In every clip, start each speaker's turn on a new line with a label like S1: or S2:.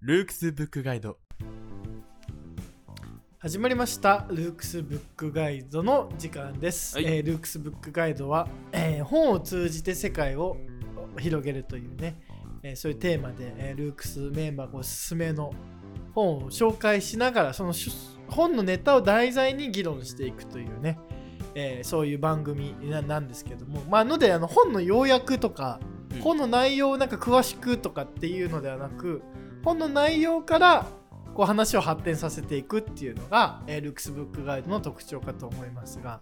S1: ルークスブックガイド
S2: 始まりましたルークスブックガイドの時間です、
S1: はい
S2: えールークスブックガイドは、えー本を通じて世界を広げるというね、えーそういうテーマで、えールークスメンバーがおすすめの本を紹介しながらそのし本のネタを題材に議論していくというね、えーそういう番組ななんですけどもまあのであの本の要約とか
S1: うん
S2: 本の内容をなんか詳しくとかっていうのではなく本の内容からこう話を発展させていくっていうのが、えールックスブックガイドの特徴かと思いますが、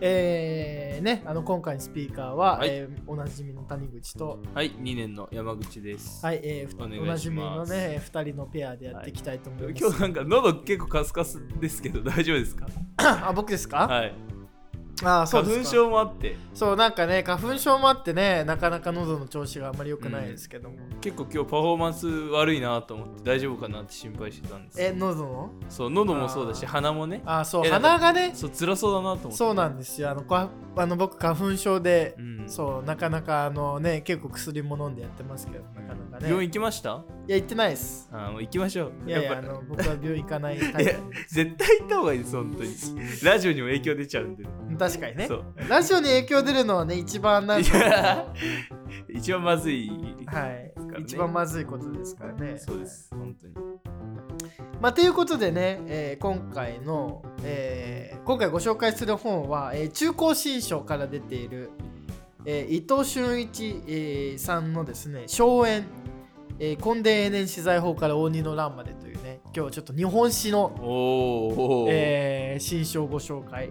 S2: えーね、あの今回のスピーカーは、
S1: はい
S2: えーおなじみの谷口と、
S1: はい2年の山口です、
S2: はいえーふ
S1: お願いします
S2: おなじみの、ね、2人のペアでやっていきたいと思います。
S1: 今日なんか喉結構カスカスですけど大丈夫ですか
S2: あ僕ですか、
S1: はい
S2: あーそう
S1: 花
S2: ですか
S1: 粉症もあって
S2: そうなんかね花粉症もあってねなかなか喉の調子があんまり良くないですけども、
S1: 結構今日パフォーマンス悪いなと思って大丈夫かなって心配してたんですけ
S2: え
S1: ど
S2: 喉の
S1: そう喉もそうだし
S2: あー
S1: 鼻もね
S2: あーそう
S1: えなんか
S2: 鼻がね
S1: そう辛そうだなと思って
S2: そうなんですよあのこわあの僕花粉症で
S1: う、ん
S2: そうなかなかあのね結構薬も飲んでやってますけどなかなかね
S1: 病院行きました
S2: いや行ってないです
S1: あーもう行きましょう
S2: いやいや
S1: っぱ
S2: あの僕は病院行かない タイプなんで
S1: 絶対行った方がいいです本 当にラジオにも影響出ちゃうんで
S2: 確かにね
S1: そう
S2: ラジオに影響出るのはね一 番なんか
S1: いや 一番まずい
S2: はい
S1: ですからね
S2: 一番まずいことですからね
S1: そうです本当に
S2: まあ、ということでね、えー今回の、えー今回ご紹介する本は、えー中高新書から出ている、えー伊藤俊一、えーさんのですね「荘園、えー根伝永年資材法から応仁の乱まで」というね今日はちょっと日本史の、
S1: おーおー
S2: えー新書をご紹介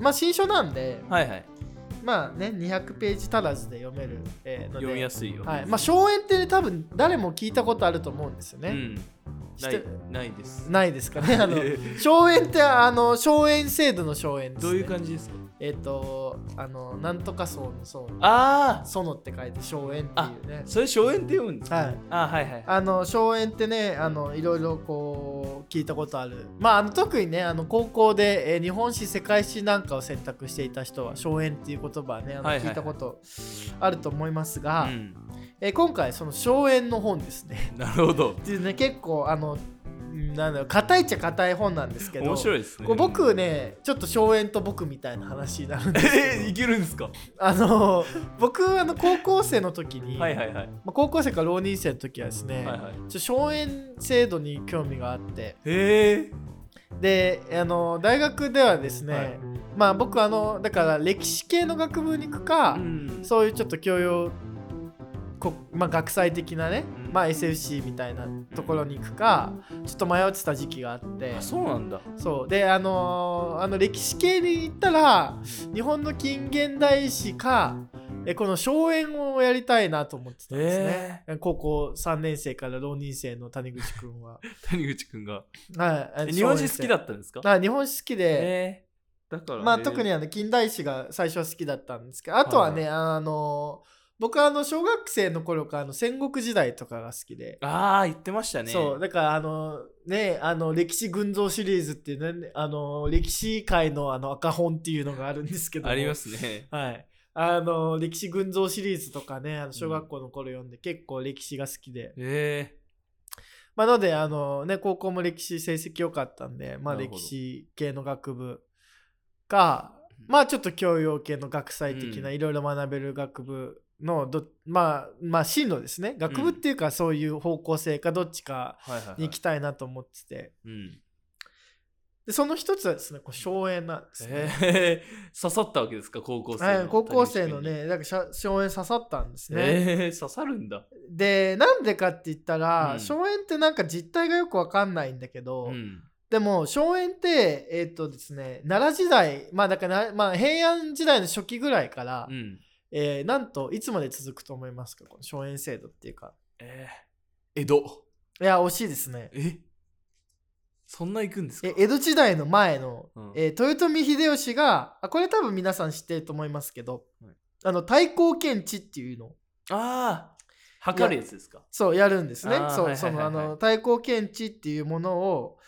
S2: まあ新書なんで
S1: はいはい
S2: まあね200ページ足らずで読める、えーので
S1: 読みやすいよ
S2: はいまあ荘園ってね多分誰も聞いたことあると思うんですよ
S1: う
S2: ね、
S1: ん
S2: 知
S1: な
S2: って
S1: いないです
S2: ないですかねあの
S1: え
S2: 荘園ってあの荘園制度の荘園で す、
S1: ど
S2: ね、
S1: ういう感じです か
S2: えっ、とあのなんとか層の層
S1: ああ
S2: 園って書いて荘園っていうね
S1: それ荘園って読むんですか
S2: はい
S1: あーはいはい
S2: あの荘園ってねあのいろいろこう聞いたことあるまああの特にねあの高校で、えー日本史世界史なんかを選択していた人は荘園っていう言葉はねあの
S1: はいはいはい
S2: 聞いたことあると思います
S1: う
S2: が、
S1: ん
S2: えー今回その荘園の本ですね
S1: なるほど
S2: っていうね結構あのうんなんだろう硬いっちゃ硬い本なんですけど
S1: 面白いですね
S2: こう僕ねちょっと荘園と僕みたいな話になるんで す
S1: えー
S2: け
S1: い
S2: ど
S1: けるんですか
S2: あの僕あの高校生の時に、
S1: はいはいはい
S2: まあ高校生から浪人生の時はですね、
S1: はいはい
S2: ちょ荘園制度に興味があって
S1: え
S2: であの大学ではですね、
S1: はい
S2: まあ僕あのだから歴史系の学部に行くか、
S1: ー
S2: そういうちょっと教養こまあ、学際的なね、
S1: うん
S2: まあ、SFC みたいなところに行くかちょっと迷ってた時期があって
S1: あそうなんだ
S2: そうであのーあの歴史系に行ったら日本の近現代史かえこの荘園をやりたいなと思ってたんですね、
S1: え
S2: 高校3年生から浪人生の谷口くんは
S1: ー谷口くんが
S2: はいあの
S1: え日本史好きだ
S2: 荘園
S1: ったんですか
S2: 生あ日本史好きで、
S1: えーだから
S2: まあ
S1: えー
S2: 特にあの近代史が最初は好きだったんですけどあとはね、あのー僕はあの小学生の頃からあの戦国時代とかが好きで、
S1: ああ言ってましたね
S2: そうだからあのねあの歴史群像シリーズっていうねあの歴史界のあの赤本っていうのがあるんですけども
S1: ありますね
S2: はいあの歴史群像シリーズとかねあの小学校の頃読んで、結構歴史が好きで
S1: え
S2: まあなのであのね高校も歴史成績良かったんでまあ
S1: なるほ
S2: 歴
S1: ど
S2: 史系の学部かまあちょっと教養系の学際的な
S1: う
S2: いろいろ学べる学部のど、まあまあ進路ですね学部っていうかそういう方向性かどっちか
S1: ー、はいはい、はい、
S2: に行きたいなと思ってて、
S1: うん
S2: でその一つはですねこう荘園なんですね、
S1: えー、 刺さったわけですか高校生の、
S2: はい、高校生のねなんかしゃ荘園刺さったんです
S1: 谷口くんに
S2: ね、
S1: えー、刺さるんだ、
S2: でなんでかって言ったら、
S1: うん
S2: 荘園ってなんか実態がよくわかんないんだけど、
S1: うん、
S2: でも荘園ってえーっ、とですね奈良時代まあだから、まあ、平安時代の初期ぐらいから、
S1: うん、
S2: えーなんといつまで続くと思いますかこの荘園制度っていうか
S1: えー、江戸
S2: いや惜しいですね
S1: えそんな行くんですか
S2: え江戸時代の前の、
S1: うん
S2: えー豊臣秀吉があこれ多分皆さん知ってると思いますけど、
S1: はい
S2: あの太閤検地っていうのを
S1: ああ測るやつですか
S2: そうやるんですね
S1: あー
S2: そ
S1: は
S2: う
S1: い
S2: そ
S1: はいはい
S2: のあの太閤検地っていうものを、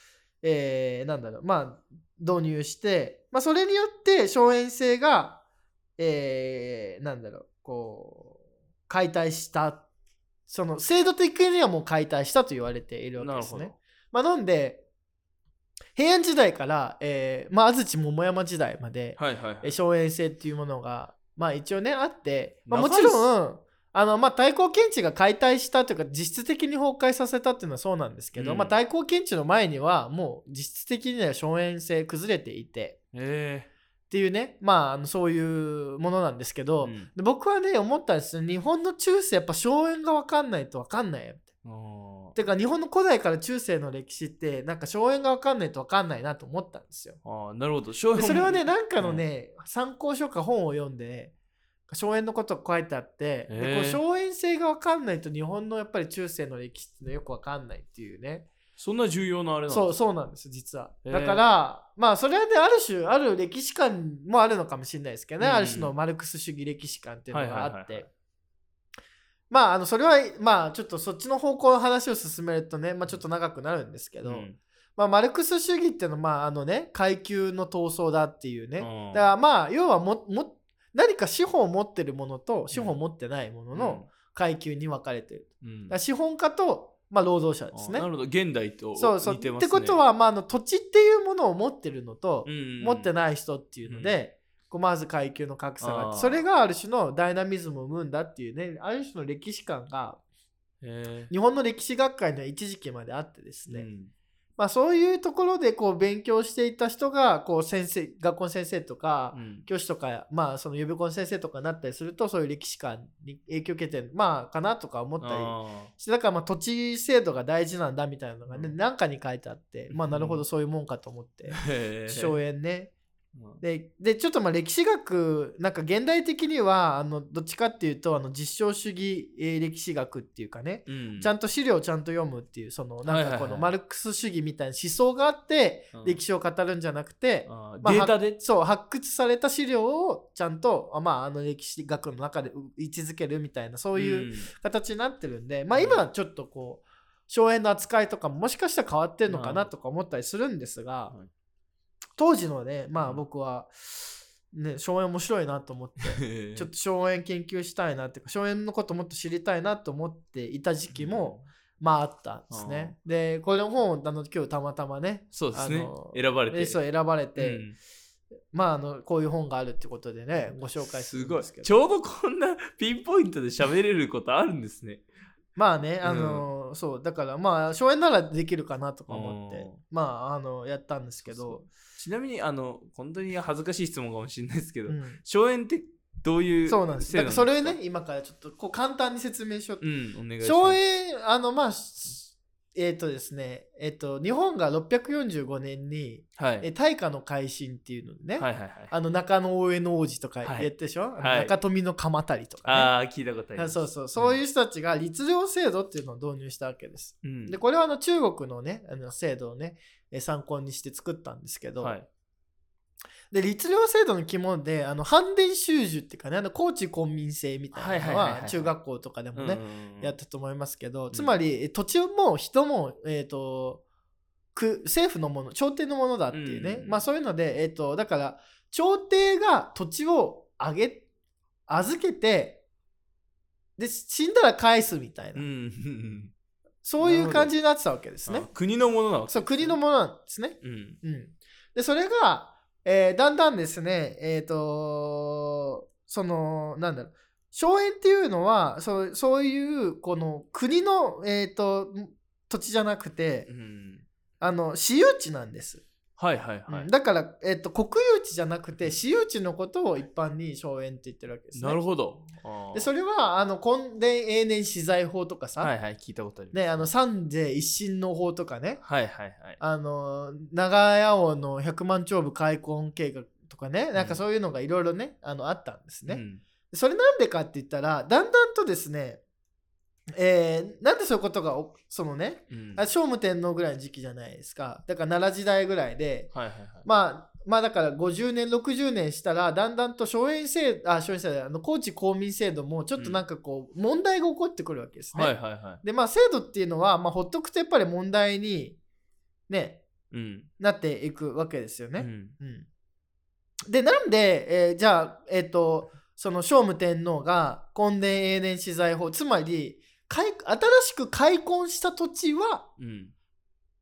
S2: えーなんだろうまあ導入して、まあ、それによって荘園制がえーなんだろうこう解体したその制度的にはもう解体したと言われているわけ
S1: な
S2: で
S1: る
S2: す
S1: ほど
S2: ね。まあ、なんで平安時代から、えーまあ、安土桃山時代まで、
S1: はいはいはい
S2: えー荘園制っていうものが、まあ、一応ねあって、まあ、も
S1: 長いっ
S2: ち
S1: す
S2: ろんあの、まあ、対抗検知が解体したというか実質的に崩壊させたっていうのはそうなんですけど、
S1: うん
S2: まあ、対抗検知の前にはもう実質的には荘園制崩れていて
S1: え
S2: っていうね、まあ、あのそういうものなんですけ
S1: え
S2: ど、
S1: うん
S2: で僕はね思ったんですよ日本の中世やっぱ荘園が分かんないと分かんないよって。
S1: あー
S2: てか日本の古代から中世の歴史ってなんか荘園が分かんないと分かんないなと思ったんですよ。
S1: あーなるほど商
S2: で
S1: 品
S2: それはねなんかのね、参考書か本を読んで、ね、荘園のこと書いてあって、で
S1: へー
S2: こう荘園性が分かんないと日本のやっぱり中世の歴史っていうのはよく分かんないっていうね
S1: そんな重要なあれなの
S2: そうそうなんです実は
S1: へー
S2: だからまあそれはねある種ある歴史観もあるのかもしれないですけどね、
S1: うん
S2: ある種のマルクス主義歴史観っていうのがあって、
S1: はいはいはいはい
S2: まああのそれはまあちょっとそっちの方向の話を進めるとね、まあ、ちょっと長くなるんですけど、
S1: うん
S2: まあ、マルクス主義っていうのは、まあ、あのね階級の闘争だっていうね、
S1: うん
S2: だからまあ要はもも何か資本を持ってるものと資本を持ってないものの階級に分かれてる、
S1: うんうん
S2: だから資本家と、まあ、労働者ですね
S1: あなるほど現代と似てますね
S2: そうそうってことは、まあ、あの土地っていうものを持ってるのと、持って
S1: い
S2: ない人っていうので、こうまず階級の格差があっ
S1: あ
S2: て
S1: ー
S2: それがある種のダイナミズムを生むんだっていうねある種の歴史観が
S1: え
S2: 日本の歴史学会には一時期まであってです
S1: え
S2: ね、
S1: うん
S2: まあ、そういうところでこう勉強していた人がこう先生学校の先生とか、
S1: うん
S2: 教師とか、まあ、その予備校の先生とかになったりするとそういう歴史観に影響を受けてるまあかなとか思ったり
S1: あ
S2: してだからまあ土地制度が大事なんだみたいなのがね、
S1: うん
S2: なんかに書いてあって、まあ、なるほどそういうもんかと思 って
S1: ーへえ
S2: 荘園ね
S1: うん
S2: ででちょっとまあ歴史学なんか現代的にはあのどっちかっていうとあの実証主義えー歴史学っていうかね
S1: うん
S2: ちゃんと資料をちゃんと読むっていうその
S1: は
S2: ない
S1: はい
S2: んか
S1: はい
S2: このマルクス主義みたいな思想があって
S1: うん
S2: 歴史を語るんじゃなくて
S1: あー
S2: まあ
S1: データで
S2: そう発掘された資料をちゃんとあまああの歴史学の中でう位置づけるみたいなそういう
S1: うん
S2: 形になってるんでまあ今はちょっとこう荘園の扱いとかももしかしたら変わってるのか
S1: なる
S2: な
S1: ほ
S2: とか思ったりするんですが
S1: はい
S2: 当時のねまあ
S1: うん
S2: 僕はね荘園面白いなと思って
S1: へえ
S2: ちょっと荘園研究したいなっていうか荘園のこともっと知りたいなと思っていた時期も、まああったんですね。でこれの本をあの今日たまたまね
S1: そうですね
S2: あの
S1: 選ばれて
S2: レースを選ばれて、
S1: うん
S2: まああのこういう本があるってことでねご紹介す
S1: す
S2: るん
S1: ごい
S2: ですけど
S1: ちょうどこんなピンポイントで喋れることあるんですね
S2: まあねあの、そうだからまあ荘園ならできるかなとか思って
S1: うん
S2: まああのやったんですけど
S1: ちなみにあの本当に恥ずかしい質問かもしれないですけど
S2: うん
S1: 荘園ってどういう
S2: そうなんです
S1: 制度
S2: だから
S1: です
S2: それね今からちょっとこう簡単に説明しようと
S1: うんお願いします
S2: 荘園あのまあえっ、とですねえっ、と日本が645年に
S1: はい
S2: え大化の改新っていうのでね、
S1: はいはいはい
S2: あの中野大江の王子とかやってでしょ、
S1: はい
S2: あの中富の鎌足りとか、ね
S1: ああ聞いたことあり
S2: あ
S1: ます
S2: そうそうそういう人たちが律令制度っていうのを導入したわけです。
S1: うん
S2: でこれはあの中国のねあの制度をねえー参考にして作ったんですけど、
S1: はい
S2: で律令制度の肝であの反伝収受っていうかねあの高知公民制みたいなの
S1: はいはいはい
S2: は
S1: はい
S2: 中学校とかでもね、
S1: うん
S2: やったと思いますけど、
S1: ん
S2: つまりえー土地も人も、えー、とく政府のもの朝廷のものだっていうね、
S1: うん
S2: まあそういうので、えー、とだから朝廷が土地をあげ預けてで死んだら返すみたいな、
S1: うんうん
S2: そうい
S1: なる
S2: う
S1: ほど
S2: 感じになってたわけです
S1: あ
S2: ね。
S1: 国のものなわけ
S2: そう国のものなんですね。
S1: うん
S2: うん、でそれが、えーだんだんですねえっ、とそのなんだろう荘園っていうのはそうそういうこの国の、えー、と土地じゃなくて
S1: うん
S2: あの私有地なんです、
S1: はいはいはい
S2: うんだから、えー、と国有地じゃなくて私有地のことを一般に荘園って言ってるわけです、ね、
S1: なるほどあー
S2: でそれはあの根伝永年資材法とかさ、
S1: はいはい聞いたことあります
S2: ね、あの三税一新の法とかね、
S1: はいはいはい
S2: あの長屋王の百万長部開墾計画とかねなんかそういうのがいろいろね、あのあったんですね、
S1: うん
S2: それなんでかって言ったらだんだんとですねえーなんでそういうことがおそのね
S1: うん
S2: あ聖武天皇ぐらいの時期じゃないですかだから奈良時代ぐらいで
S1: はいはいはい
S2: まあまあだから50年60年したらだんだんと荘園制あ荘園制度あの高知公民制度もちょっとなんかこう問題が起こってくるわけですね、
S1: はいはいは
S2: でまあ制度っていうのは、まあ、ほっとくとやっぱり問題にね
S1: いうん
S2: なっていくわけですよ
S1: う
S2: ね。
S1: ん
S2: うんでなんで、えーじゃあえっ、とその聖武天皇が根伝永年私財法つまり開新しく開墾した土地は、
S1: うん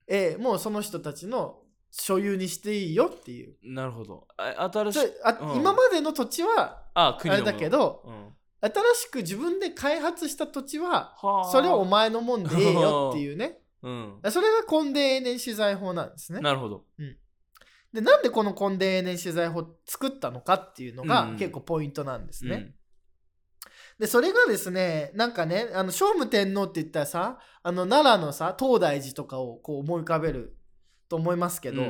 S2: えーもうその人たちの所有にしていいよっていう
S1: なるほどあ新し
S2: そ
S1: い
S2: れあ、
S1: うん
S2: 今までの土地は
S1: あ
S2: あ
S1: 国の
S2: れだけど
S1: うん
S2: 新しく自分で開発した土地は
S1: はあ
S2: それはお前のもんでええよっていう ね
S1: うん
S2: それが根伝永年私財法なんですね
S1: なるほど
S2: でなんでこの根伝永年私財法を作ったのかっていうの
S1: うん
S2: が
S1: うん
S2: 結構ポイントなんですね、でそれがですねなんかねあの聖武天皇って言ったらさあの奈良のさ東大寺とかをこう思い浮かべると思いますけ
S1: け
S2: ど、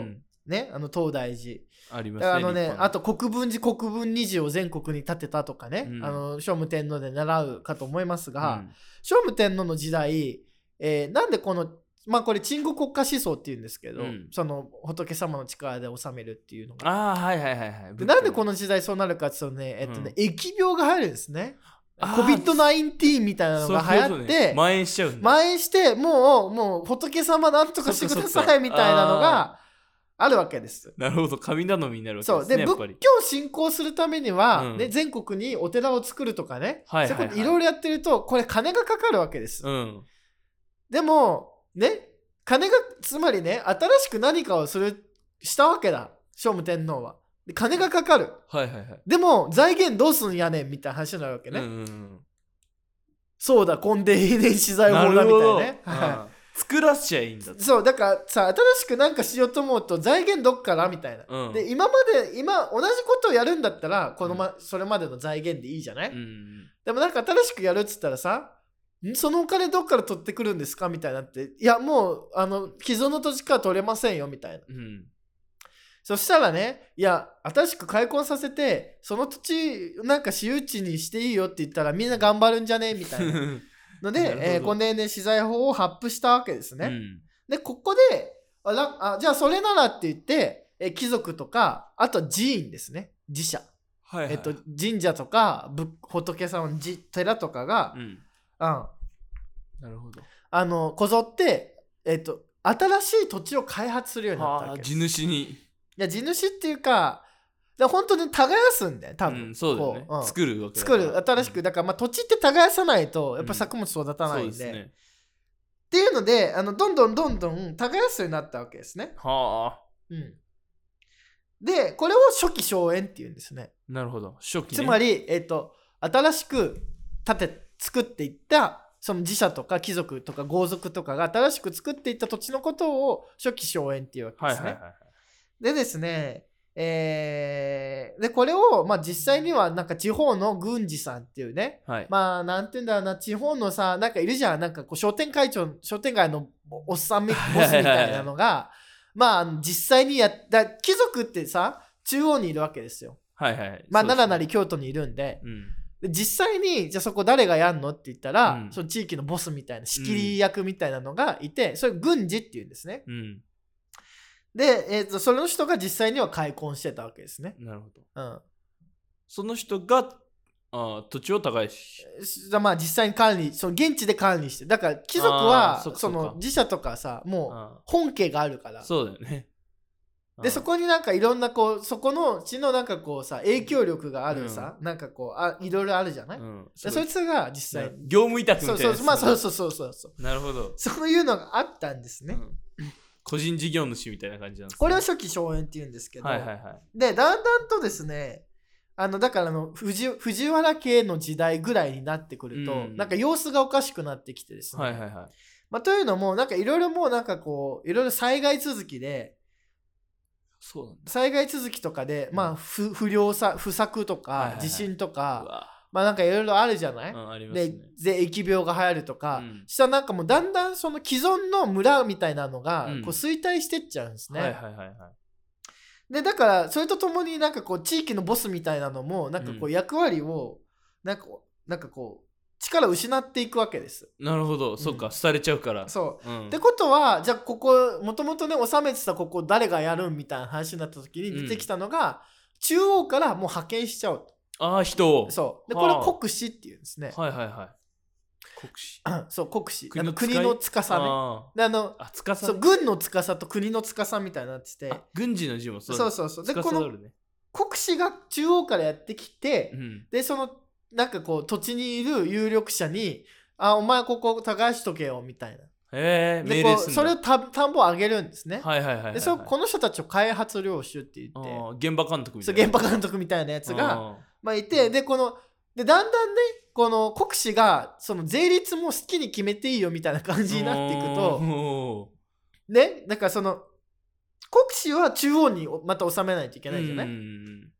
S2: ねあの東大寺
S1: ありま
S2: だ
S1: す
S2: か
S1: ね
S2: らあの
S1: 立
S2: ね
S1: 派な
S2: あと国分寺国分二寺を全国に建てたとかね、
S1: うん
S2: あの聖武天皇で習うかと思いますが、
S1: うん
S2: 聖武天皇の時代、えーなんでこのまあこれ鎮護国家思想っていうんですけど、
S1: うん
S2: その仏様の力で治めるっていうのが
S1: ああはいはいはいはい
S2: でなんでこ
S1: の
S2: の時代そうなるかっていうとね、えっとね、疫病が流行るんですね。
S1: あー
S2: COVID-19 みたいなのが流行って、
S1: 蔓延しちゃうんだ
S2: 蔓延して、もう、もう仏様なんとかしてくだ
S1: そっか
S2: さ
S1: そっ
S2: い
S1: か
S2: みたいなのがあるわけです。
S1: なるほど神頼みになるわけ
S2: そ
S1: で
S2: う。
S1: すね
S2: で、
S1: や
S2: 仏
S1: っ
S2: 教
S1: ぱ
S2: を
S1: り
S2: 信仰するために
S1: う
S2: は、
S1: ん
S2: ね、全国にお寺を作るとかね、
S1: はいはいはい
S2: そういうこといろいろやってると、これ金がかかるわけです。
S1: うん
S2: でも、ね、金が、つまりね、新しく何かをする、したわけだ、聖武天皇は。で金がかかる。
S1: はいはいはい
S2: でも、財源どうすんやねんみたいな話になるわけね。
S1: うんうんうん
S2: そうだ、根底遺伝資材法だみたいなね。は
S1: うん作らしちゃいいんだ
S2: いそう、だからさ、新しくなんかしようと思うと財源どっからみたいな。
S1: うん
S2: で、今まで、今、同じことをやるんだったら、このま、それまでの財源でいいじゃない、
S1: うんうん
S2: でもなんか新しくやるっつったらさ、んそのお金どっから取ってくるんですかみたいになって、いや、もう、あの、既存の土地から取れませんよ、みたいな。
S1: うん
S2: そしたらね、いや、新しく開墾させて、その土地、なんか私有地にしていいよって言ったら、みんな頑張るんじゃねみたいな。の
S1: なるほど
S2: で、えー、この年資材法を発布したわけですね。
S1: うん
S2: で、ここであらあ、じゃあそれならって言って、えー貴族とか、あとは寺院ですね。寺社。
S1: はいはい
S2: えっと、神社とか、仏仏様の寺寺とかが
S1: う、ん
S2: うん、
S1: なるほど
S2: あの、こぞって、えっと、新しい土地を開発するようになった
S1: は
S2: わ
S1: あ
S2: けです。
S1: 地主に
S2: いや地主っていうか、だから本当に耕すんだよ、多分。
S1: うんそうだよね
S2: こううん
S1: 作るわけだか
S2: 作
S1: ら
S2: る新し
S1: う
S2: く
S1: ん
S2: だからまあ土地って耕さないとやっ
S1: う
S2: ぱ
S1: ん
S2: 作物育たないんで,、
S1: そうですね
S2: っていうのであのどんどんどんどん耕すようになったわけですね。
S1: はあ
S2: うん、でこれを初期荘園っていうんですね。
S1: なるほど初期ね
S2: つまり、えっと新しく建て作っていったその寺社とか貴族とか豪族とかが新しく作っていった土地のことを初期荘園っていうわけ
S1: は
S2: で
S1: い
S2: す
S1: は
S2: ね。
S1: いはい
S2: でですね、えーでこれを、まあ、実際にはなんか地方の軍司さんっていうね
S1: はい
S2: まあなんて言うんだろうな地方のさなんかいるじゃんなんかこう商店会長商店街のおおっさんみボスみたいなのがまああの実際にやった貴族ってさ中央にいるわけですよ
S1: はいはい
S2: まあ
S1: そうですね
S2: 奈良なり京都にいるんで
S1: うん
S2: で実際にじゃあそこ誰がやんのって言ったら、
S1: うん
S2: その地域のボスみたいな仕切り役みたいなのがいて、それ軍司っていうんですね
S1: うん
S2: で、えー、とその人が実際には開墾してたわけですね
S1: なるほど
S2: うん
S1: その人があ土地を耕し
S2: しまあ実際に管理その現地で管理してだから貴族
S1: あ
S2: は
S1: ーそっか
S2: そ
S1: そっ
S2: の
S1: か
S2: 寺社とかさもう
S1: あ
S2: 本家があるから
S1: そうだよね
S2: でそこになんかいろんなこうそこの地のなんかこうさ影響力があるさ、なんかこうあいろいろあるじゃない、
S1: うん
S2: でそいつが実際に
S1: 業務委託みた
S2: そ
S1: いうな
S2: そう
S1: やつ
S2: まあそうそうそうそうそう
S1: なるほど
S2: そういうのがあったんですね、
S1: うん個人事業主みたいな感じなんですね
S2: これを初期荘園って言うんですけど、
S1: はいはいはい
S2: でだんだんとですねあのだからあの藤藤原家の時代ぐらいになってくると、
S1: うん
S2: なんか様子がおかしくなってきてですね、
S1: はいはいはい
S2: まあ、というのもなんかいろいろもうなんかこういろいろ災害続きで
S1: そうなんだ
S2: 災害続きとかで、まあ、不不良さ不作と
S1: はいはい
S2: か
S1: はい
S2: 地震とか、
S1: うわ
S2: まあなんかいろいろあるじゃない、
S1: うんあります
S2: で
S1: ね
S2: で疫病が流行るとか、
S1: うん
S2: したらなんかもうだんだんその既存の村みたいなのが
S1: うん
S2: こう衰退してっちゃうんですね、
S1: はいはいはいはい
S2: でだからそれとともになんかこう地域のボスみたいなのもなんかこ
S1: う
S2: う役割をなんかこうなんかこう力を失っていくわけです。
S1: なるほどそっか廃れちゃうから
S2: そう
S1: うん
S2: ってことはじゃあここもともとね収めてたここ誰がやるんみたいな話になった時に出てきたのが、中央からもう派遣しちゃう
S1: ああ人を
S2: とそうで
S1: は
S2: こ
S1: あ
S2: れを国司っていうんですね、
S1: はいはいはい国士
S2: そう国司
S1: 国の
S2: あの国の司ね
S1: あ
S2: であの
S1: ーあ司
S2: そ
S1: ね
S2: う軍の司と国の司みたいになってて
S1: あ軍事の字もそう
S2: そう
S1: そ
S2: そうそう
S1: う
S2: でこの
S1: ね
S2: 国司が中央からやってきて、
S1: うん
S2: でそのなんかこう土地にいる有力者に「あお前ここ耕しとけよ」みたいな。
S1: へえ
S2: で
S1: 命
S2: こ
S1: 令
S2: う
S1: するんだ
S2: それをた田んぼをあげるんですね。
S1: はいはいはいはいはい
S2: でそこの人たちを開発領主って言って
S1: あー現場監督みた
S2: そう
S1: いな
S2: 現場監督みたいなやつが、
S1: あ
S2: まあ、いてでこのでだんだんねこの国司がその税率も好きに決めていいよみたいな感
S1: ー
S2: じになっていく
S1: う
S2: と
S1: んお
S2: ねだからその国司は中央にまた収めないといけ
S1: ー
S2: ないじゃない、
S1: うん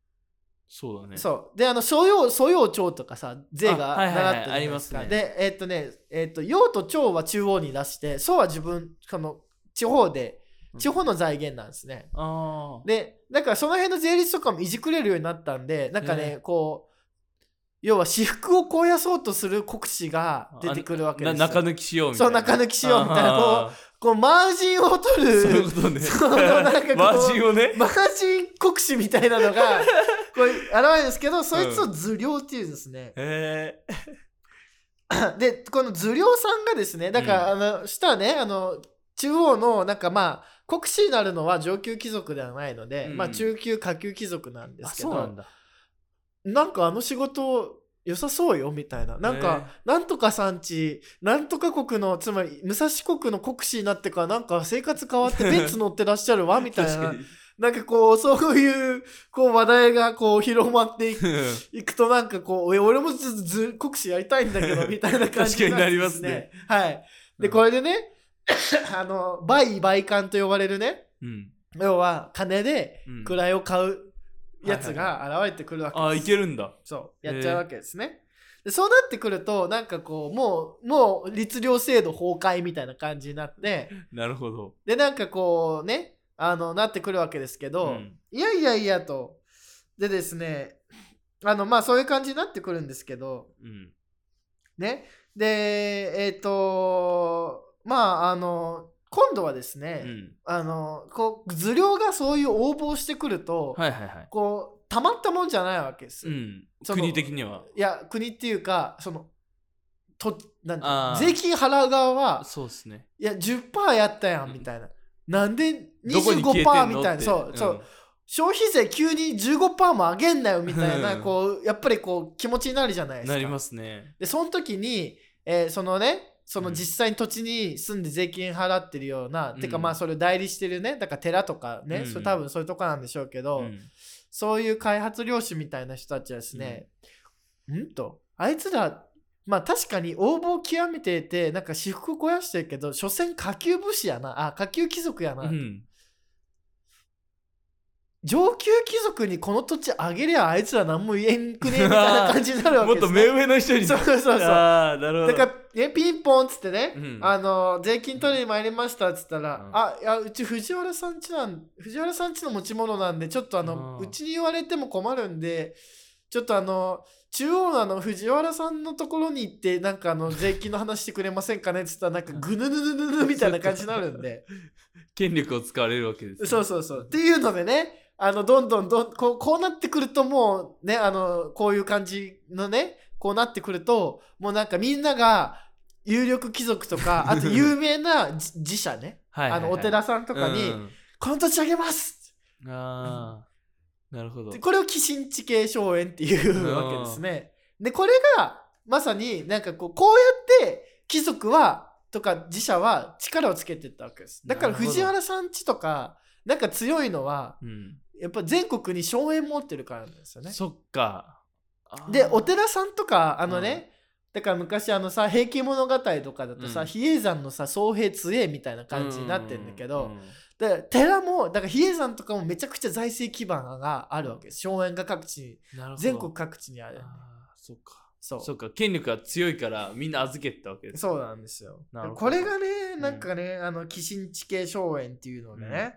S1: そうだね
S2: そうであの所要所要庁とかさ税が
S1: あはいはいはい
S2: 習ったじゃないですか、
S1: あります
S2: でえーっとねえーっと用と庁は中央に出してそうは自分この地方で
S1: うん
S2: 地方の財源なんですね、
S1: あー
S2: でだからその辺の税率とかもいじくれるようになったんでなんかね、
S1: ね
S2: こう要は私服を肥やそうとする国士が出てくるわけです
S1: な
S2: よ
S1: 中抜きしようみたいな
S2: そう中抜きしようみたいな
S1: あ
S2: こうマージンを取
S1: ーそうい
S2: る
S1: うことね
S2: そうなんかこう
S1: マージンをね
S2: マージン国士みたいな のがこう現れるんですけどそいつを図領っていうんですね、
S1: へえ
S2: でこの図領さんがですねだから、あのしたらねあの中央のなんかまあ国士になるのは上級貴族ではないので、
S1: うん
S2: まあ中級下級貴族なんですけど
S1: だ
S2: なんかあの仕事良さそうよみたいななんか、なんとかさんちなんとか国のつまり武蔵国の国士になってからなんか生活変 わってベンツ乗ってらっしゃるわみたい
S1: 確か
S2: な
S1: に
S2: なんかこうそういうこう話題がこう広まっていく
S1: うん
S2: いくとなんかこうえ俺もずず国士やりたいんだ けどみたいな感じ
S1: 確かになりますね
S2: はいで
S1: うん
S2: これでね あの売買官と呼ばれるね
S1: うん
S2: 要は金で
S1: うん
S2: 位を買うやつが現れてくるわけです、
S1: あーいけるんだ
S2: そう
S1: へー
S2: やっちゃうわけですね。でそうなってくるとなんかこうもうもう律令制度崩壊みたいな感じになって
S1: なるほど
S2: でなんかこうねあのなってくるわけですけ
S1: う
S2: ど、
S1: ん
S2: いやいやいやとでですねあのまあそういう感じになってくるんですけど
S1: うん
S2: ねでえっ、とまああの今度はです
S1: う
S2: ね、
S1: ん
S2: あのこう図領がそういう応募をしてくると、
S1: はいはいはい
S2: こうたまったもんじゃないわけです。
S1: うん
S2: その
S1: 国的にはい
S2: や国っていうかそのとなんていうの
S1: あー
S2: 税金払う側は
S1: そうですね
S2: いや10%やったや
S1: うんん
S2: みたいな、なんで
S1: どこに消えてんの
S2: 25%みた
S1: っ
S2: いな
S1: て
S2: そう、そう消費税急に15%も上げんなよみたいな、
S1: うん
S2: こうやっぱりこう気持ちになるじゃないで
S1: うん
S2: すか
S1: なりますね
S2: でその時に、えーそのねその
S1: うん
S2: 実際に土地に住んで税金払ってるような、
S1: うん
S2: てかまあそれを代理してるねだから寺とかね、
S1: うん
S2: それ多分そういうとこなんでしょうけど、
S1: うん
S2: そういう開発領主みたいな人たちはですね、んと、あいつら、まあ確かに横暴極めてて、なんか私服を肥やしてるけど、所詮下級武士やな、あ、下級貴族やな、
S1: うん
S2: 上級貴族にこの土地あげりゃあいつら何も言えんくねみたいな感じになるわ
S1: も
S2: け
S1: っ
S2: です
S1: と
S2: ね、
S1: 目上の人に
S2: そうそうそうそう。
S1: ああなるほど
S2: だから、ね、ピンポンっつってね、
S1: うん
S2: あの税金取りに参りましたっつったら、
S1: うん
S2: あいやうち藤原さんちなん藤原さんちの持ち物なんでちょっとあの、
S1: あー
S2: うちに言われても困るんでちょっとあの中央のあの藤原さんのところに行ってなんかあの税金の話してくれませんかねっつったらなんかぐぬぬぬぬぬみたいな感じになるんで
S1: 権力を使われるわけですね
S2: そうそうそうっていうのでねあのどんどんどんこうこうなってくるともうねあのこういう感じのねこうなってくるともうなんかみんなが有力貴族と かあと有名なじ寺社ね
S1: はいはい
S2: あ
S1: はい
S2: のお寺さんとかに、
S1: うん
S2: この土地あげます
S1: ああなるほど
S2: でこれを寄進地系荘園っていううんわけですね。でこれがまさになんかこうこうやって貴族はとか寺社は力をつけていったわけです。だから
S1: なるほど
S2: 藤原さんちとかなんか強いのは
S1: うん
S2: やっぱ全国に荘園持ってるからなんですよね。
S1: そっかあー
S2: でお寺さんとかあのね、だから昔あのさ「平家物語」とかだとさ、
S1: うん
S2: 比叡山のさ僧兵杖みたいな感じになってんだけど、
S1: うんうんうん
S2: で寺もだから比叡山とかもめちゃくちゃ財政基盤があるわけです荘園が各地に
S1: なるほど
S2: 全国各地にある
S1: あーそっか
S2: そう
S1: そ
S2: そう
S1: か権力が強いからみんな預けてたわけです
S2: うなんですよ
S1: なるほど
S2: これがねなんかね、あの寄進地系荘園っていうのでね、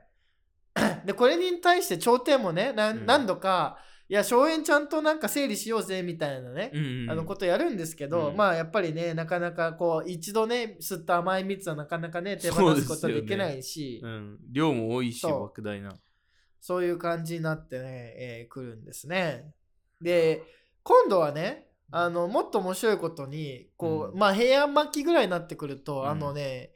S2: でこれに対して朝廷もねなん
S1: うん
S2: 何度か、いや荘園ちゃんとなんか整理しようぜみたいなね、
S1: うんうんうん
S2: あのことやるんですけど、
S1: うん
S2: まあやっぱりねなかなかこう一度ね吸った甘い蜜はなかなかね手
S1: そ
S2: 放
S1: うですすよ
S2: ことはできないしそう,、
S1: うん量も多いし
S2: そう
S1: 莫大な
S2: いう感じになってね、えー来るんですねで今度はねあのもっと面白いことにこう、
S1: うん
S2: まあ平安末期ぐらいになってくると、
S1: うん
S2: あのね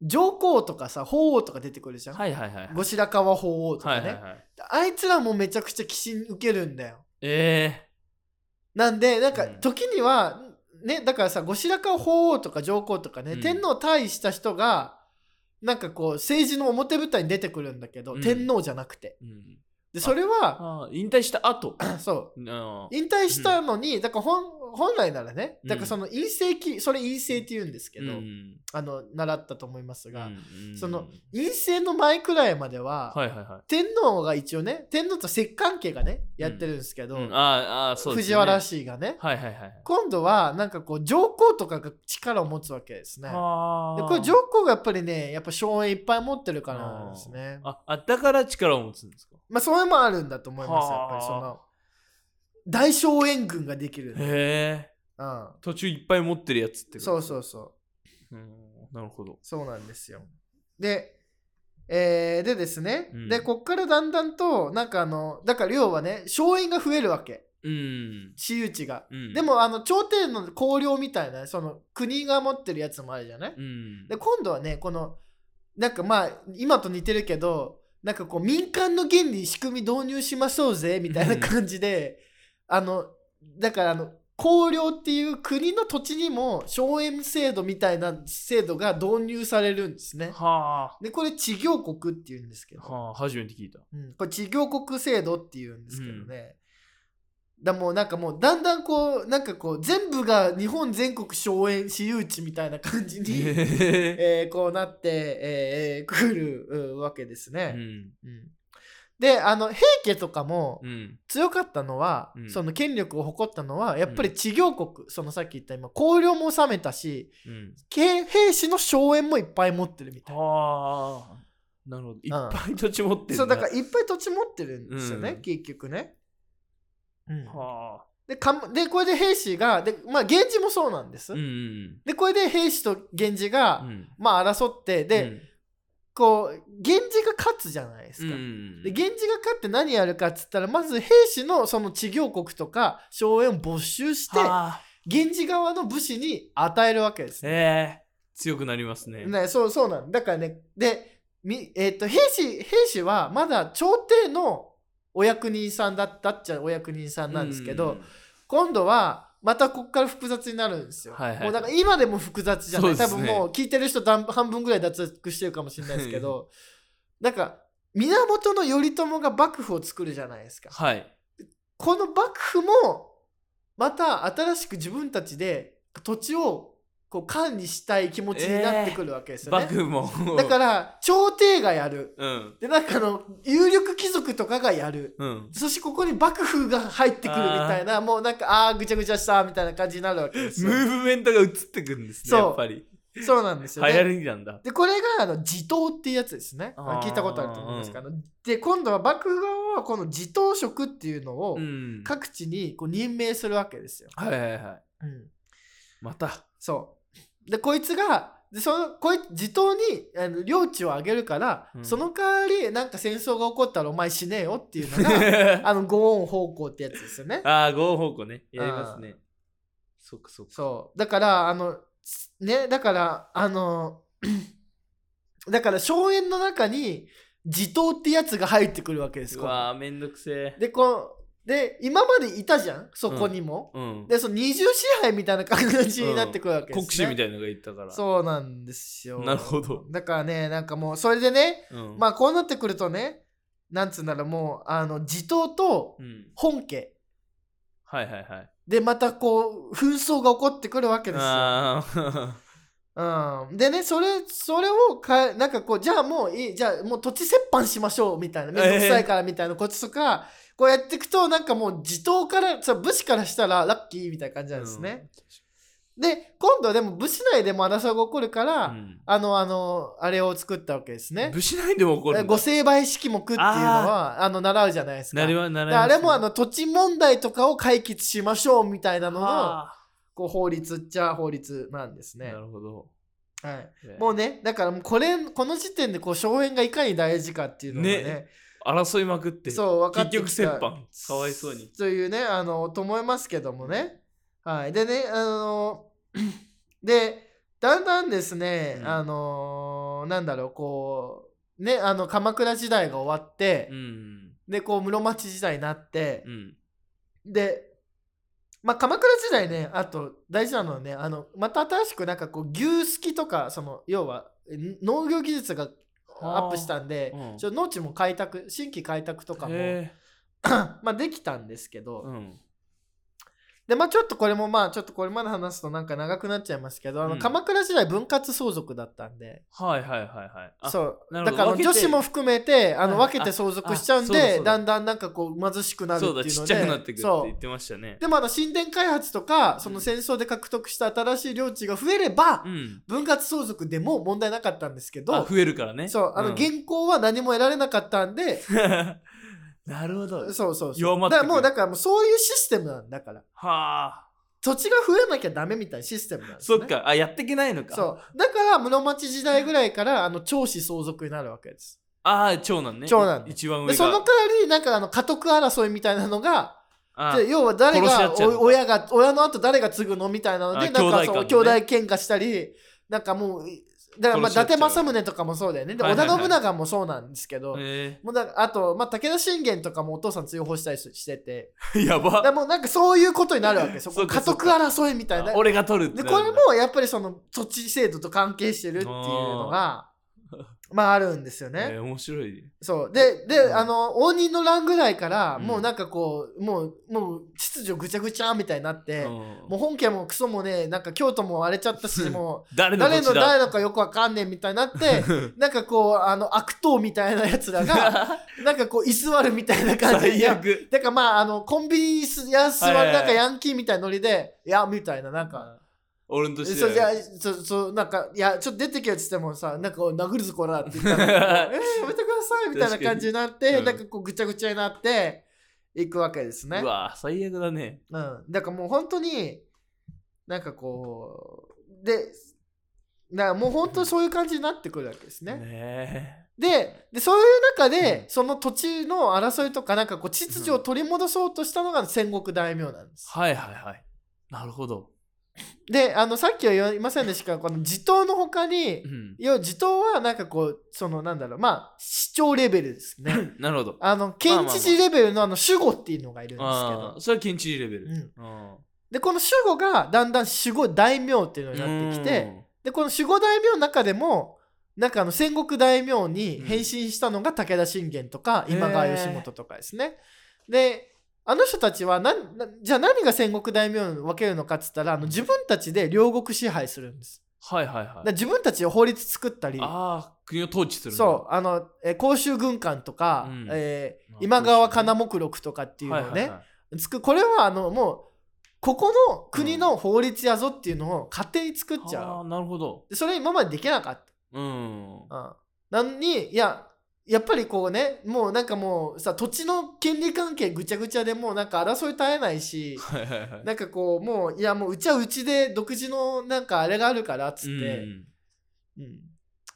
S2: 上皇とかさ法皇とか出てくるじゃん、
S1: はいはいはい
S2: 後白河法皇とか
S1: はい
S2: ね、
S1: はいはい
S2: あいつらもめちゃくちゃ寄進受けるんだよ
S1: え
S2: なんでなんか
S1: うん
S2: 時には、ねだからさ後白河法皇とか上皇とかね、
S1: うん
S2: 天皇退位した人がなんかこう政治の表舞台に出てくるんだけど、
S1: うん
S2: 天皇じゃなくて
S1: えうん
S2: でそれは
S1: あー引退した後
S2: そ
S1: う
S2: う
S1: ん
S2: 引退したのに、だから本本来ならねだからその陰性期それ陰性って言うんですけど、
S1: うん
S2: あの習ったと思いますが、
S1: うん
S2: その陰性の前くらいまでは、
S1: はいはいは
S2: 天皇が一応ね天皇と摂関係がねやってるんですけど、
S1: いうんあーあーそうです
S2: 藤
S1: ね
S2: 原氏がね
S1: はいはいはい
S2: 今度はなんかこう上皇とかが力を持つわけですね。
S1: あ
S2: で
S1: ー
S2: これ上皇がやっぱりねやっぱ荘園いっぱい持ってるからなんですね。
S1: ああだから力を持つんですか
S2: まあそれもあるんだと思います
S1: はあ
S2: やっぱりその大荘園軍ができる。
S1: へえ
S2: うん
S1: 途中いっぱい持ってるやつってこと
S2: そうそうそう
S1: うんなるほど
S2: そうなんですよ。で、えーでですね、
S1: うん
S2: で、こっからだんだんと、なんかあの、だから要はね、荘園が増えるわけ、
S1: うん
S2: 私有地が。
S1: うん
S2: でも、あの、朝廷の公領みたいな、その、国が持ってるやつもあるじゃない、
S1: うん
S2: で、今度はね、この、なんかまあ、今と似てるけど、なんかこう、民間の原理、仕組み導入しましょうぜ、みたいな感じで、あの、だからあの、公領っていう国の土地にも荘園制度みたいな制度が導入されるんですね。
S1: は
S2: でこれ地行国っていうんですけ
S1: あ
S2: ど、
S1: はあ初めて聞いた
S2: うん、これ地行国制度っていうんですけどね、だもうなんかもうだんだんこうなんかこう全部が日本全国荘園私有地みたいな感じに、
S1: へえ
S2: えーこうなって、えーえー くるうんわけです
S1: う
S2: ね。
S1: ん
S2: うんであの平家とかも
S1: うん
S2: 強かったのは、
S1: うん
S2: その権力を誇ったのはやっぱり地行国、そのさっき言った今公領も治めたし
S1: うん
S2: 兵兵士の荘園もいっぱい持ってるみたいな。
S1: はあなるほどいっぱい土地持ってる
S2: そうだから
S1: ら
S2: いっぱい土地持ってるんですよね、
S1: うん
S2: 結局ね。うん
S1: は
S2: でかんでこれで兵士がでまあ源氏もそうなんです。
S1: あうんうん
S2: でこれで兵士と源氏が、
S1: うん
S2: まあ争ってで、こう源氏が勝つじゃないです
S1: うん
S2: か。
S1: うん
S2: で源氏が勝って何やるかっつったらまず兵士のその地行国とか荘園を没収して
S1: はあ
S2: 源氏側の武士に与えるわけですね。
S1: ええ強くなりますね
S2: ね、そうそうなんだからねでみ、えっと兵士兵士はまだ朝廷のお役人さんだったっちゃお役人さんなんですけ
S1: う
S2: ど、
S1: ん
S2: 今度はまたここから複雑になるんですよ、
S1: はいはい
S2: もうなんか今でも複雑じゃな
S1: そう
S2: い、多
S1: です
S2: 分
S1: ね
S2: もう聞いてる人だん半分ぐらい脱落してるかもしれないです けどなんか源頼朝が幕府を作るじゃないですか
S1: はい
S2: この幕府もまた新しく自分たちで土地をこう管理したい気持ちになってくるわけですよね、
S1: 幕府も
S2: だからら朝廷がやる
S1: うん
S2: でなんかあの有力貴族とかがやる
S1: うん
S2: そしてここに幕府が入ってくるみたいなもうなんかあーぐちゃぐちゃしたみたいな感じになるわけです
S1: ム
S2: よ
S1: ーブメントが映ってくるんですね
S2: そう
S1: やっぱり
S2: そうなんです
S1: 流
S2: よね
S1: 行りなんだ
S2: でこれがあの地頭っていうやつですね
S1: あー
S2: 聞いたことあると思いますけど、で今度は幕府側はこの地頭職っていうのを
S1: うん
S2: 各地にこう任命するわけですよ、
S1: はいはいはい
S2: うん、
S1: また
S2: そう。で、こいつが、でそのこい地頭にあの領地をあげるから、
S1: うん
S2: その代わり、なんか戦争が起こったらお前死ねえよっていうの が、あの、ゴーン方向ってやつですよね。
S1: ああ、合方向ね。やりますね。そっかそっか。
S2: そう。だから、あの、すね、だから、あの、 だから、荘園の中に、地頭ってやつが入ってくるわけです
S1: う
S2: こ
S1: わあ、めんどくせ
S2: う
S1: え。
S2: で、こう、で、今までいたじゃん、そこにも。
S1: うん。
S2: で、その二重支配みたいな感じになってくるわけです、ね
S1: 国士みたいなのが言ったから。
S2: そうなんですよ。
S1: なるほど。
S2: だからね、なんかもう、それでね、
S1: うん。
S2: まあこうなってくるとね、なんつうんだろう、もう、あの、地頭と
S1: うん。
S2: 本家
S1: はいはいはい。
S2: で、またこう、紛争が起こってくるわけですよ。
S1: ああ、
S2: うん、でね、それ、それをか、なんかこう、じゃあもういい、じゃあもう土地折半しましょう、みたいな、めんどくさいからみたいなこととか、こうやっていくと、なんかもう地頭から、そう武士からしたらラッキーみたいな感じなんですね。で、今度はでも武士内でも争いが起こるから、
S1: うん。
S2: あの、あの、あれを作ったわけですね。
S1: 武士内でも怒るんだ。
S2: ご成敗式目っていうのはあの習うじゃないですか。
S1: なりはな
S2: で
S1: ら
S2: あれもあの土地問題とかを解決しましょうみたいなのの
S1: あ
S2: こう法律っちゃ法律なんです
S1: ー
S2: ね
S1: な。るほど。
S2: はい、
S1: ね
S2: もうねだからもうこれこの時点でこう荘園がいかに大事かっていうのがね
S1: ね争いまくって。
S2: そう分かって
S1: 結局折半かわいそうに
S2: というねあのと思いますけどもね。はい、 でねあのでだんだんですね、
S1: うん
S2: あののなんだろうこうねあの鎌倉時代が終わって、
S1: うん
S2: でこう室町時代になって
S1: う、ん
S2: でまあ鎌倉時代ねあと大事なのはねあのまた新しくなんかこう牛すきとかその要はん農業技術がアップしたんで、
S1: うん
S2: ちょっと農地も開拓新規開拓とかも、
S1: へ
S2: まあできたんですけど、
S1: ーうん
S2: でまあちょっとこれもまあちょっとこれまで話すとなんか長くなっちゃいますけどあの、
S1: うん
S2: 鎌倉時代分割相続だったんで
S1: はいはいはいはいあ
S2: そう
S1: な
S2: だ
S1: るほど
S2: からあの
S1: 分けて
S2: 女子も含めてあの
S1: はい
S2: 分けて相続しちゃうん
S1: ああそうだ
S2: で
S1: そうだ
S2: だんだんなんかこう貧しくなるって
S1: そ
S2: いう
S1: う
S2: の
S1: だ
S2: で
S1: ちっちゃくなってくって
S2: そう
S1: 言ってましたね
S2: でもあの神殿開発とかその戦争で獲得した新しい領地が増えれば、
S1: うん
S2: 分割相続でも問題なかったんですけ
S1: あ
S2: ど
S1: 増えるからね
S2: そうあの
S1: ん
S2: 現行は何も得られなかったんで、
S1: なるほどは
S2: そうそうそう
S1: 弱まってく
S2: だ
S1: る
S2: からもうだからもうそういうシステムなんだから
S1: あ
S2: 土地が増えなきゃダメみたいなシステムなんです、ね、
S1: そっかあやっていけないのか
S2: そうだから室町時代ぐらいからあの長子相続になるわけです
S1: ああ長男ね
S2: 長男
S1: い一番上
S2: で
S1: が
S2: その代わりなんかあの家督争いみたいなのが
S1: あ
S2: で要は誰
S1: 殺し合
S2: が
S1: っちゃうの
S2: お親が親の後誰が継ぐのみたいなので
S1: あ
S2: なんか
S1: 兄弟間
S2: そう
S1: のね
S2: 兄弟喧嘩したりなんかもうだからまあ
S1: 殺
S2: 伊
S1: し合っちゃ
S2: 達
S1: う
S2: 政宗とかもそうだよねで
S1: はい
S2: 織
S1: はいは
S2: 田
S1: い
S2: 信長もそうなんですけど、
S1: え
S2: もうなんかあと、まあ、武田信玄とかもお父さん追放したりしてて
S1: ーや
S2: だから
S1: ば
S2: もうなんかそういうことにな るわけそ
S1: そ
S2: こ
S1: うか
S2: 家
S1: そう
S2: 督
S1: か
S2: 争いみたいな
S1: あ俺が取るって
S2: で
S1: な
S2: こ
S1: るん
S2: れ
S1: だ
S2: もやっぱりその土地制度と関係してるっていうのがまああるんですよね。
S1: えー面白い
S2: そうでで、
S1: うん
S2: あの応仁の乱ぐらいから、
S1: うん
S2: もうなんかこうもうもう秩序ぐちゃぐちゃみたいになって、
S1: うん
S2: もう本家もクソもねなんか京都も荒れちゃったしもう
S1: 誰の
S2: 誰
S1: 土
S2: の
S1: 地だ
S2: 誰のかよくわかんねえみたいになって なんかこうあの悪党みたいなやつらがなんかこう居座るみたいな感じで
S1: 最悪
S2: だからまああのコンビニや座る
S1: はいはい
S2: なんかヤンキーみたいなノリで「いや」みたいななんか。
S1: 俺の年
S2: そうじゃ
S1: だ
S2: あ
S1: よ
S2: そうそうなんかいやちょっと出てけよっつってもさなんかおい殴るぞこらって言った らえー、やめてくださいみたいな感じになっ
S1: 確か
S2: て
S1: にうん
S2: なんかこうぐちゃぐちゃになっていくわけですね
S1: うわー最悪だね
S2: うん、だからもう本当になんかこうでだからもう本当にそういう感じになってくるわけですね、
S1: ね
S2: ででそういう中で、
S1: う
S2: その土地の争いとかなんかこう秩序を取り戻そうとしたのが戦国大名なんです、
S1: はいはいはいなるほど
S2: であのさっきは言いませんでしたがこの地頭のほかに
S1: うん
S2: 要は地頭はなんかこうそのなんだろうまあ市長レベルですね
S1: なるほど
S2: あの県知事レベルのあの守護っていうのがいるんですけ
S1: あ
S2: ど
S1: ーそれは県知事レベル
S2: うん
S1: うん
S2: でこの守護がだんだん守護大名っていうのになってきてでこの守護大名の中でもなんかあの戦国大名に変身したのが武田信玄とか
S1: うん
S2: 今川義元とかですね。であの人たちはなんなじゃあ何が戦国大名に分けるのかっつったらあの自分たちで両国支配するんです。
S1: はいはいは
S2: だ
S1: い
S2: から自分たちで法律作ったり
S1: ああ国を統治するんだ
S2: そうあの、えー甲州軍艦とか、
S1: うん
S2: えー
S1: まあ
S2: 今川
S1: そうですね
S2: 金目録とかっていうのを
S1: は
S2: ね、
S1: いはいはい
S2: つくこれはあのもうここの国の法律やぞっていうのを勝手に作っちゃ
S1: あ
S2: う
S1: ー、なるほど
S2: でそれ今までできなかっ
S1: うん
S2: た、うん、なのにいややっぱりこうねもうなんかもうさ土地の権利関係ぐちゃぐちゃでもうなんか争い絶えないし
S1: はいはいはい
S2: なんかこうもういやもううちはうちで独自のなんかあれがあるからっつって、
S1: ん
S2: うん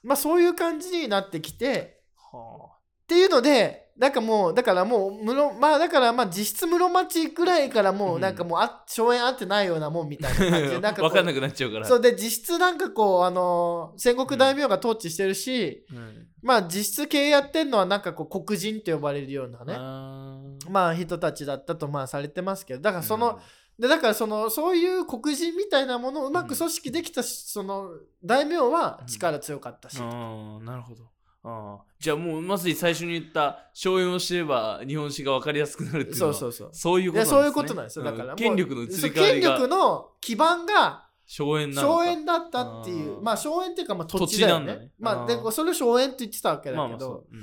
S2: まあそういう感じになってきて
S1: は
S2: っていうのでなんかもうだからもう室まあだからまあ実質室町くらいからもう
S1: うん
S2: なんかもうあ荘園合ってないようなもんみたいな感 じでなん
S1: あ
S2: かこう
S1: 分かんなくなっちゃうから
S2: そうで実質なんかこうあのー戦国大名が統治してるし、
S1: うん
S2: まあ実質系やってんのはなんかこう黒人と呼ばれるようなね
S1: あー
S2: まあ人たちだったとまあされてますけどだからその、でだからそのそういう黒人みたいなものをうまく組織できたし、その大名は力強かったし、
S1: うんあーなるほどあーじゃあもうまさに最初に言った荘園を知れば日本史が分かりやすくなるっていうの
S2: そ
S1: は
S2: うそうそう
S1: そういう
S2: い
S1: ことなん
S2: や
S1: です、ね、
S2: そういうことなんですよだからも
S1: う
S2: うん
S1: 権力の移
S2: そう
S1: り変わり
S2: 権
S1: が
S2: 力の基盤が
S1: 荘園なのか
S2: 荘園だったっていう
S1: あー
S2: まあ荘園っていうかまあ土地だよね
S1: 土地なんだね
S2: まあ
S1: あ
S2: で
S1: ー
S2: それを荘園って言ってたわけだけど、
S1: まあまあそう、うん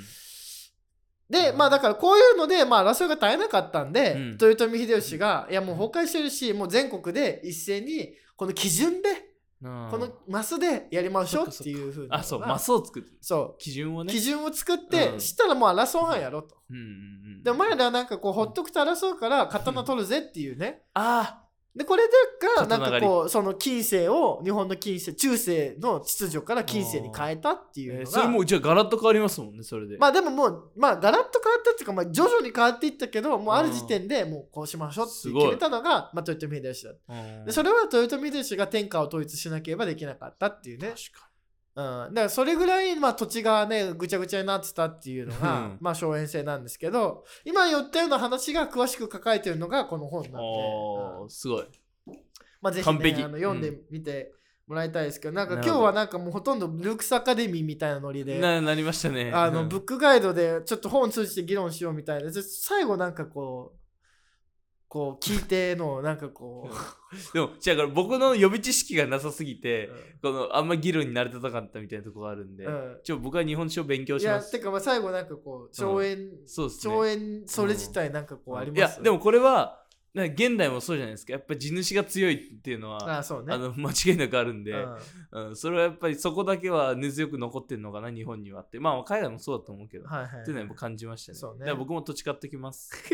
S2: でまあだからこういうので、まあ、争いが絶えなかったんで、
S1: うん
S2: 豊臣秀吉がいやもう崩壊してるしもう全国で一斉にこの基準で
S1: うん
S2: このマスでやりましょうっていうふうなのが
S1: あそうマスを作る
S2: そ
S1: 基準を
S2: う
S1: ね
S2: 基準を作って、
S1: うん
S2: したらもう争わんやろと。
S1: うんうんうん
S2: でお前らはなんかこうほっとくと争うから刀取るぜっていうね、
S1: あ
S2: でこれが
S1: 刀
S2: なんか
S1: 狩り
S2: こうその近世を日本の近世中世の秩序から近世に変えたって
S1: ー
S2: いう
S1: えー
S2: の
S1: そ
S2: が、
S1: れもうじゃあガラッと変わりますもんねそれで
S2: まあでももうまあガラッと変わったっていうか、まあ、徐々に変わっていったけどもうある時点でもうこうしましょうって
S1: す
S2: 決
S1: ごい
S2: めたのが、まあ、豊臣秀吉だった
S1: うん
S2: でそれは豊臣秀吉が天下を統一しなければできなかったっていうね
S1: 確か
S2: うだからそれぐらい、まあ、土地がねぐちゃぐちゃになってたっていうのが、
S1: うん
S2: まあ荘園制なんですけど今言ったような話が詳しく書かれてるのがこの本なんで、
S1: お
S2: うん
S1: ー、すごい。
S2: まあ、ぜひ、
S1: 完
S2: ね、
S1: 璧
S2: あの読んでみてもらいたいですけど、なんか
S1: な
S2: 今
S1: るほ
S2: 日
S1: ど
S2: はなんかもうほとんどルークスアカデミーみたいなノリで。
S1: な、なりましたね。
S2: あの
S1: うん
S2: ブックガイドでちょっと本通じて議論しようみたいなで最後なんかこうこう聞いてのなんかこ う
S1: でも、違うから僕の予備知識がなさすぎて、
S2: う
S1: この、あんま議論になれてなかったみたいなとこがあるんで、
S2: んうん
S1: ちょ、僕は日本史を勉強
S2: い
S1: し
S2: や
S1: ます。
S2: てかまあ最後なんかこう荘園、
S1: そうですね。
S2: 荘園それ自体なんかこうあり
S1: い
S2: ま
S1: や
S2: す、
S1: でもこれは、な現代もそうじゃないですか。やっぱ地主が強いっていうのは、
S2: あそうね
S1: あの間違いなくあるんで、
S2: うん
S1: うん、それはやっぱりそこだけは根強く残ってるのかな日本にはってまあ海外もそうだと思うけど、
S2: はいはい
S1: っていうのはやっぱ感じましたね
S2: そうね
S1: だから僕も土地買ってきます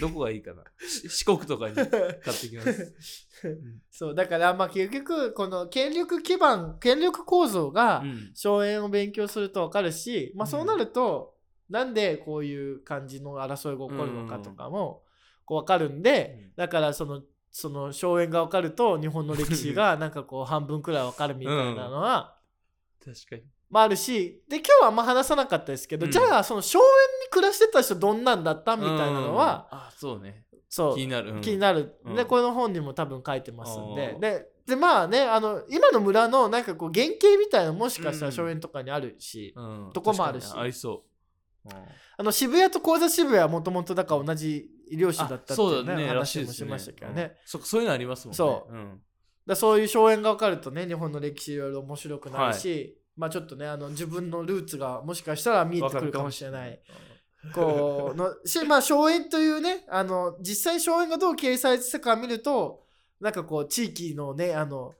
S1: どこがいいかなし四国とかに買ってきます
S2: そうだからまあ結局この権力基盤権力構造が
S1: うん
S2: 荘園を勉強すると分かるし、まあ、
S1: うん
S2: そうなると、なんでこういう感じの争いが起こるのかとかもこう分かるんで、
S1: うん
S2: だからそのその荘園が分かると日本の歴史がなんかこう半分くらい分かるみたいなのは、
S1: 確かに
S2: まあ、あるしで今日はあんま話さなかったですけど、
S1: うん
S2: じゃあその荘園に暮らしてた人どんなんだったみたいなのは、
S1: うんあそうね
S2: そう
S1: 気になる、うん
S2: 気になる、
S1: うん
S2: でこの本にも多分書いてますんで
S1: あー
S2: ででまあねあの今の村のなんかこう原型みたいなのもしかした
S1: う
S2: ら
S1: ん
S2: 荘園とかにあるし、
S1: うん
S2: とこもあるし
S1: 確かにありそう、うん
S2: あの渋谷と高座渋谷はもともとだから同じ漁師だったってい
S1: そう
S2: う,、ね
S1: だねらしい
S2: 話も
S1: です
S2: し
S1: ね
S2: ましたけどね、
S1: う
S2: だ
S1: ん
S2: か
S1: そそういうのありますもんね
S2: そう、
S1: ん
S2: らそういう荘園が分かるとね日本の歴史いろいろ面白くなるし、まあちょっとねあの自分のルーツがもしかしたら見えてくるかもしれないこうのしまあ荘園というねあの実際荘園がどう経営されてたか見るとなんかこう地域のねあの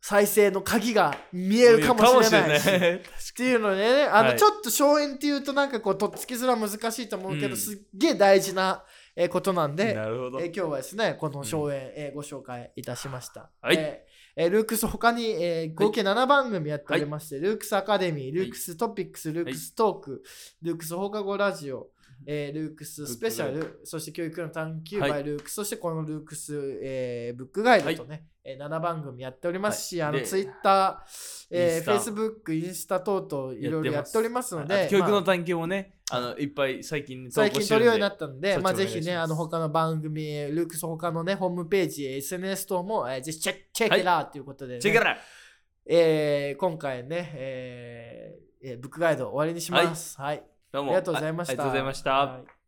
S2: 再生の鍵が見えるかもしれないし
S1: かもしれない
S2: っていうのでねあの、
S1: はい
S2: ちょっと荘園っていうとなんかこうとっつきづら難しいと思うけど、
S1: うん
S2: すっげえ大事な、えーことなんで。
S1: なるほど
S2: えー今日はですねこの荘園、えーご紹介いたしました、
S1: はい
S2: えーえールークス他に、えー合計7番組やっておりまして、ルークスアカデミールークストピックスルークストーク、ルークス放課後ラジオ、えールークススペシャ
S1: ブッ
S2: ルそして教育の探求
S1: はい
S2: by ルークス、そしてこのルークス、えーブックガイドとね、えー7番組やっておりますし、
S1: はい
S2: あの
S1: で
S2: ツイッター、え
S1: インスタ
S2: ー、フェイスブック、インスタ等々いろいろやっておりますの
S1: あ
S2: で、
S1: 教育
S2: まあ
S1: の探求もね、あのいっぱい最近投
S2: 最
S1: 稿
S2: 近
S1: して
S2: 取
S1: る
S2: る
S1: ん
S2: よ
S1: で
S2: うになったので、
S1: そっち
S2: まあ、
S1: お願
S2: ぜ
S1: いします
S2: ひね、あの他の番組、ルークス他のね、ホームページ、SNS 等も、えーぜひチェック、チェックラーということで、ね
S1: チェケラ
S2: えー今回ね、えーえーブックガイド終わりにします。はい。
S1: どうも
S2: ありがとうございました。
S1: あありがとうございました
S2: はい